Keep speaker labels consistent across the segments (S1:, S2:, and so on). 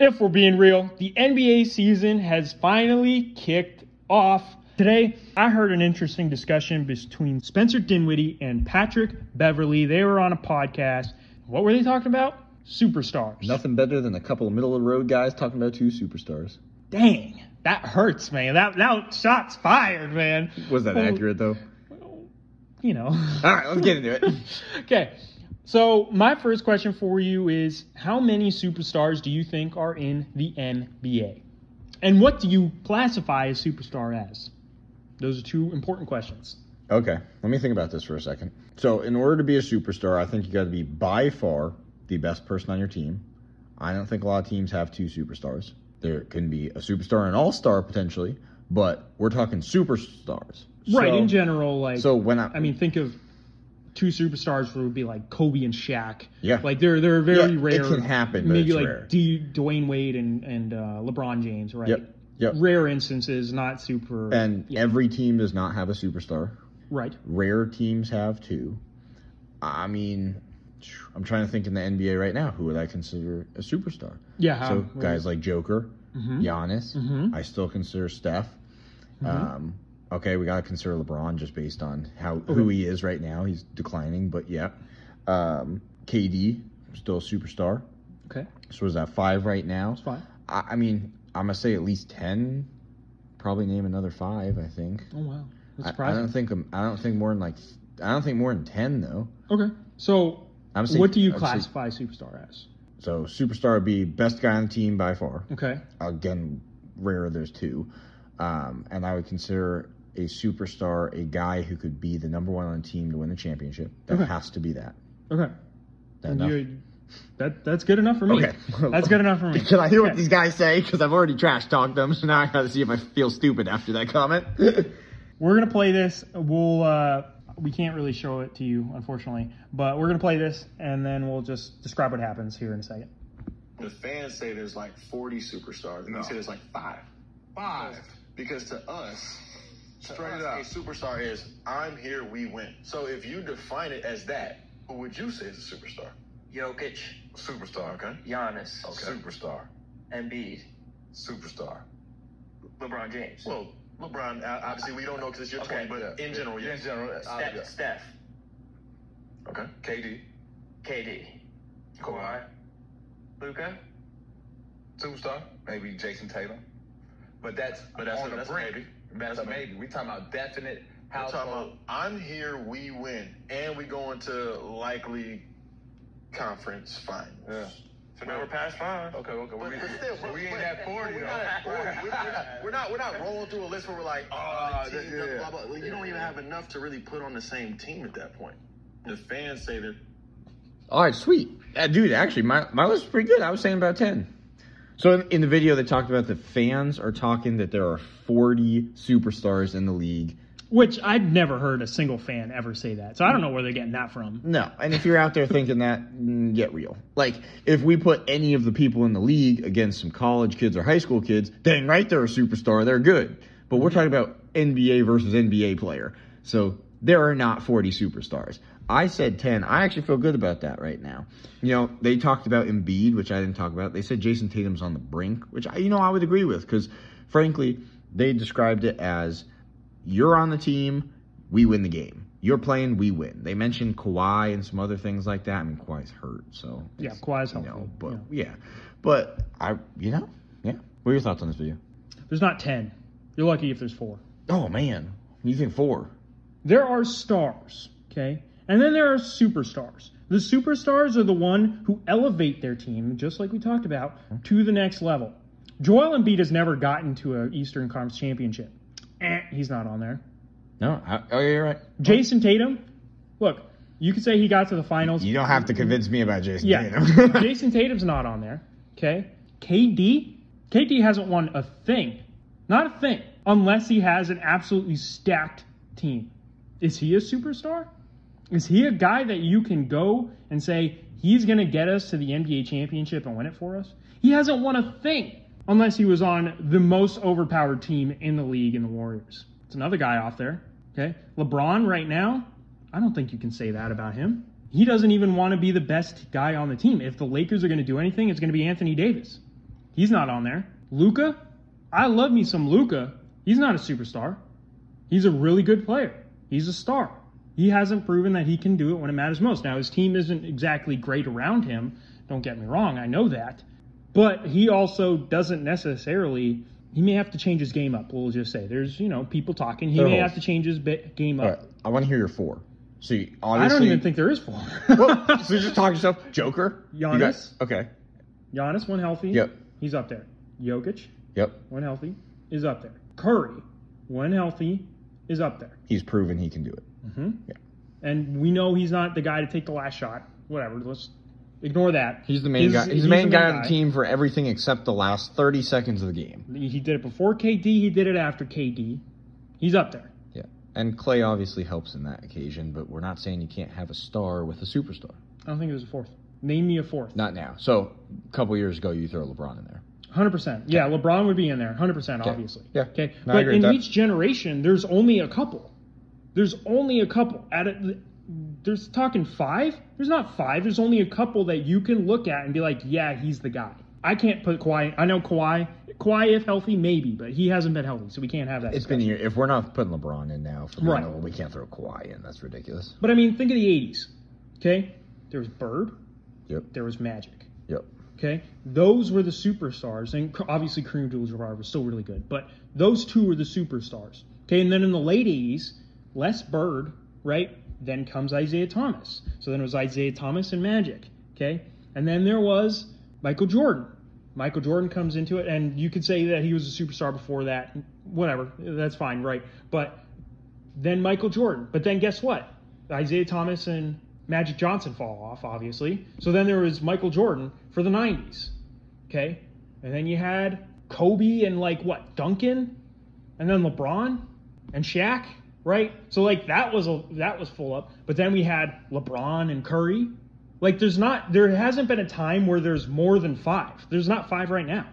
S1: If we're being real, the NBA season has finally kicked off. Today, I heard an interesting discussion between Spencer Dinwiddie and Patrick Beverly. They were on a podcast. What were they talking about? Superstars.
S2: Nothing better than a couple of middle of the road guys talking about two superstars.
S1: Dang, that hurts, man. That, that shot's fired, man.
S2: Was that
S1: Oh,
S2: accurate though?
S1: You know.
S2: All right, let's get into it.
S1: Okay. So, my first question for you is how many superstars do you think are in the NBA? And what do you classify a superstar as? Those are two important questions.
S2: Okay, let me think about this for a second. So, in order to be a superstar, I think you got to be by far the best person on your team. I don't think a lot of teams have two superstars. There can be a superstar and an all-star potentially, but we're talking superstars.
S1: right,
S2: So-
S1: in general like
S2: So when I,
S1: I mean think of two superstars would be like Kobe and Shaq.
S2: Yeah.
S1: Like they're they're very
S2: Yeah, it
S1: rare.
S2: can happen, but
S1: maybe
S2: it's
S1: like
S2: rare.
S1: D, Dwayne Wade and and uh, LeBron James, right?
S2: yep, yep.
S1: Rare instances, not super
S2: And
S1: yeah,
S2: every team does not have a superstar.
S1: right.
S2: Rare teams have two. I mean, I'm trying to think in the NBA right now who would I consider a superstar?
S1: Yeah.
S2: so guys like Joker,
S1: Mhm.
S2: Giannis.
S1: Mhm.
S2: I still consider Steph. Um, okay, we gotta consider LeBron just based on how who he is right now. He's declining, but yeah. Um, KD still a superstar.
S1: Okay.
S2: So is that five right now?
S1: That's fine.
S2: I, I mean, I'm gonna say at least ten. Probably name another five. I think.
S1: Oh wow. That's
S2: I,
S1: surprising.
S2: I don't think I'm- I don't think more than like I don't think more than ten though.
S1: Okay. So,
S2: I'm saying-
S1: what do you
S2: I'm saying-
S1: classify superstar as?
S2: So superstar would be best guy on the team by far.
S1: Okay.
S2: Again, rare there's two, um, and I would consider a superstar a guy who could be the number one on the team to win the championship. That
S1: Okay.
S2: has to be that.
S1: Okay.
S2: That
S1: And
S2: enough?
S1: you- that that's good enough for me.
S2: Okay.
S1: That's good enough for me.
S2: Can I hear what
S1: Okay.
S2: these guys say? Because I've already trash talked them, so now I gotta see if I feel stupid after that comment.
S1: We're gonna play this. We'll uh, we can't really show it to you, unfortunately, but we're gonna play this, and then we'll just describe what happens here in a second.
S3: The fans say there's like 40 superstars, and
S4: No.
S3: we say there's like five.
S4: Five.
S3: Because to us, to
S4: Straight
S3: us,
S4: up.
S3: a superstar is I'm here, we win. So if you define it as that, who would you say is a superstar?
S5: Jokic,
S3: Superstar, okay?
S5: Giannis,
S3: Superstar.
S5: Embiid,
S3: Superstar.
S5: LeBron James,
S3: Well, LeBron, uh, obviously we don't know because it's your
S5: Okay,
S3: 20, but
S4: yeah.
S3: in general, yes.
S4: In general, uh,
S5: Steph,
S4: yeah.
S5: Steph,
S3: Okay.
S4: KD,
S5: KD,
S4: Kawhi,
S5: Luca.
S4: superstar, maybe Jason Tatum. But that's
S3: But that's
S4: on
S3: a-
S4: the
S3: that's a
S4: brink.
S3: maybe.
S4: That's
S3: That's a
S4: a maybe. We talking about definite
S3: I'm talking
S4: household.
S3: about I'm here, we win, and we go into likely conference finals.
S4: Yeah.
S5: So now we're past five.
S4: Okay, okay.
S3: But
S4: We,
S3: but still,
S4: we,
S3: but-
S4: ain't
S3: but-
S4: at
S3: but
S4: 40
S3: We're
S4: though.
S3: not, at 40. We're- we're not, we're not- we're not rolling through a list where we're like, oh,
S4: Ah,
S3: the team,
S4: yeah, yeah.
S3: blah, blah, blah. Well, You don't even
S4: Yeah.
S3: have enough to really put on the same team at that point. The fans say that
S2: All right, sweet. Uh, dude, actually, my, my list is pretty good. I was saying about 10. So in, in the video, they talked about the fans are talking that there are 40 superstars in the league.
S1: Which I'd never heard a single fan ever say that, so I don't know where they're getting that from.
S2: No, and if you're out there thinking that, mm, get real. Like, if we put any of the people in the league against some college kids or high school kids, dang right, they're a superstar. They're good. But we're talking about NBA versus NBA player. So there are not 40 superstars. I said 10. I actually feel good about that right now. You know, they talked about Embiid, which I didn't talk about. They said Jason Tatum's on the brink, which, I, you know, I would agree with because, frankly, they described it as you're on the team, we win the game. You're playing, we win. They mentioned Kawhi and some other things like that. I mean, Kawhi's hurt, so
S1: Yeah,
S2: it's-
S1: Kawhi's
S2: you
S1: healthy,
S2: know, but yeah. but I, you know, yeah. What are your thoughts on this video?
S1: There's not ten. You're lucky if there's four.
S2: Oh man, you think four?
S1: there are stars, okay? And then there are superstars. The superstars are the one who elevate their team, just like we talked about, to the next level. Joel Embiid has never gotten to an Eastern Conference championship. Eh, he's not on there.
S2: No, I, oh yeah, you're right.
S1: Jason Tatum, look, you could say he got to the finals.
S2: You don't have to convince me about Jason
S1: Yeah.
S2: Tatum.
S1: Jason Tatum's not on there. Okay. KD? KD hasn't won a thing. Not a thing. Unless he has an absolutely stacked team. Is he a superstar? Is he a guy that you can go and say, he's going to get us to the NBA championship and win it for us? He hasn't won a thing unless he was on the most overpowered team in the league in the Warriors. It's another guy off there. Okay. LeBron right now, I don't think you can say that about him. He doesn't even want to be the best guy on the team. If the Lakers are going to do anything, it's going to be Anthony Davis. He's not on there. Luca, I love me some Luca. He's not a superstar. He's a really good player. He's a star. He hasn't proven that he can do it when it matters most. Now his team isn't exactly great around him. Don't get me wrong, I know that. But he also doesn't necessarily. He may have to change his game up. We'll just say there's you know people talking. He
S2: There
S1: may
S2: was.
S1: have to change his ba- game up.
S2: All right, I want to hear your four. See, obviously,
S1: I don't even think there is four.
S2: well, so just talk yourself. Joker, You got-
S1: Giannis?
S2: okay.
S1: Giannis when healthy.
S2: Yep.
S1: He's up there. Jokic
S2: Yep.
S1: when healthy is up there. Curry when healthy is up there.
S2: He's proven he can do it.
S1: hmm
S2: Yeah.
S1: And we know he's not the guy to take the last shot. Whatever. Let's ignore that.
S2: He's the main guy. He's, the main, guy, on the team for everything except the last 30 seconds of the game.
S1: He did it before KD. He did it after KD. He's up there.
S2: Yeah. And Clay obviously helps in that occasion, but we're not saying you can't have a star with a superstar.
S1: I don't think there's a fourth. Name me a fourth.
S2: Not now. So, a couple years ago, you throw LeBron in there.
S1: Hundred percent. Yeah, LeBron would be in there. Hundred percent,
S2: Okay.
S1: obviously.
S2: Yeah.
S1: Okay.
S2: No, I
S1: but
S2: agree
S1: in
S2: with that.
S1: each generation, there's only a couple. There's only a couple. At a, there's talking five. There's not five. There's only a couple that you can look at and be like, yeah, he's the guy. I can't put Kawhi. I know Kawhi. Kawhi, if healthy, maybe, but he hasn't been healthy, so we can't have that.
S2: It's been a year. If we're not putting LeBron in now, for
S1: Right.
S2: right. we can't throw Kawhi in. That's ridiculous.
S1: But I mean, think of the '80s. Okay. There was Bird.
S2: Yep.
S1: There was Magic.
S2: Yep.
S1: Okay, those were the superstars, and c- obviously Kareem Abdul-Jabbar was still really good, but those two were the superstars. Okay, and then in the late '80s, Les Bird, right? Then comes Isaiah Thomas. So then it was Isaiah Thomas and Magic. Okay, and then there was Michael Jordan. Michael Jordan comes into it, and you could say that he was a superstar before that. Whatever, that's fine, right? But then Michael Jordan. But then guess what? Isaiah Thomas and Magic Johnson fall off, obviously. So then there was Michael Jordan for the 90s. Okay. And then you had Kobe and like what? Duncan and then LeBron and Shaq, right? So like that was a, that was full up. But then we had LeBron and Curry. Like there's not there hasn't been a time where there's more than 5. There's not 5 right now.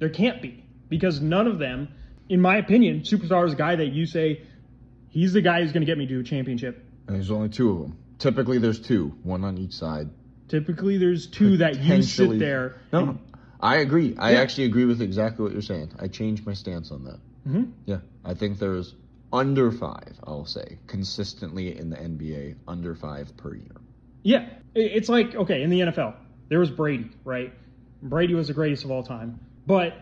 S1: There can't be because none of them in my opinion, superstar is a guy that you say he's the guy who's going to get me to a championship.
S2: And there's only two of them. Typically, there's two, one on each side.
S1: Typically, there's two that you sit
S2: Potentially-
S1: there.
S2: No, I agree. I
S1: Yeah.
S2: actually agree with exactly what you're saying. I changed my stance on that.
S1: Mhm.
S2: Yeah, I think there's under five. I'll say consistently in the NBA, under five per year.
S1: Yeah, I- it's like okay in the NFL, there was Brady, right? Brady was the greatest of all time, but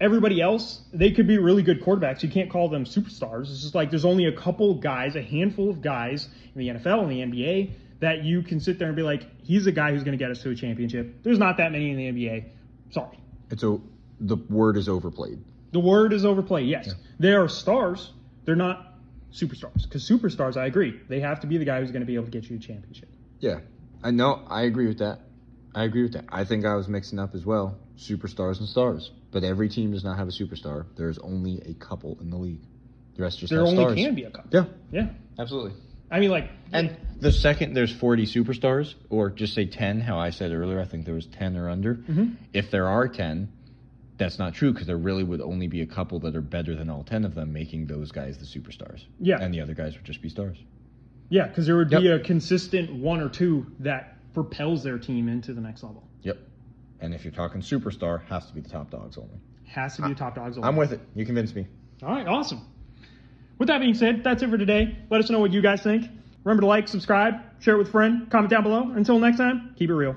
S1: everybody else they could be really good quarterbacks. You can't call them superstars. It's just like there's only a couple guys, a handful of guys in the NFL and the NBA that you can sit there and be like, he's a guy who's going to get us to a championship. There's not that many in the NBA. Sorry.
S2: It's a the word is overplayed.
S1: The word is overplayed. Yes, they are stars. They're not superstars. Because superstars, I agree, they have to be the guy who's going to be able to get you a championship.
S2: Yeah, I know. I agree with that. I agree with that. I think I was mixing up as well, superstars and stars. But every team does not have a superstar. There's only a couple in the league. The rest just
S1: There
S2: have
S1: only
S2: stars.
S1: can be a couple.
S2: Yeah,
S1: Yeah.
S2: absolutely.
S1: I mean, like,
S2: And the second there's 40 superstars, or just say 10, how I said earlier, I think there was 10 or under.
S1: Mhm.
S2: If there are 10, that's not true because there really would only be a couple that are better than all 10 of them, making those guys the superstars.
S1: Yeah.
S2: And the other guys would just be stars.
S1: yeah, because there would be
S2: Yep.
S1: a consistent one or two that propels their team into the next level.
S2: Yep. And if you're talking superstar, has to be the top dogs only.
S1: Has to be a top dogs.
S2: I'm with it. You convinced me.
S1: All right, awesome. With that being said, that's it for today. Let us know what you guys think. Remember to like, subscribe, share it with a friend, comment down below. Until next time, keep it real.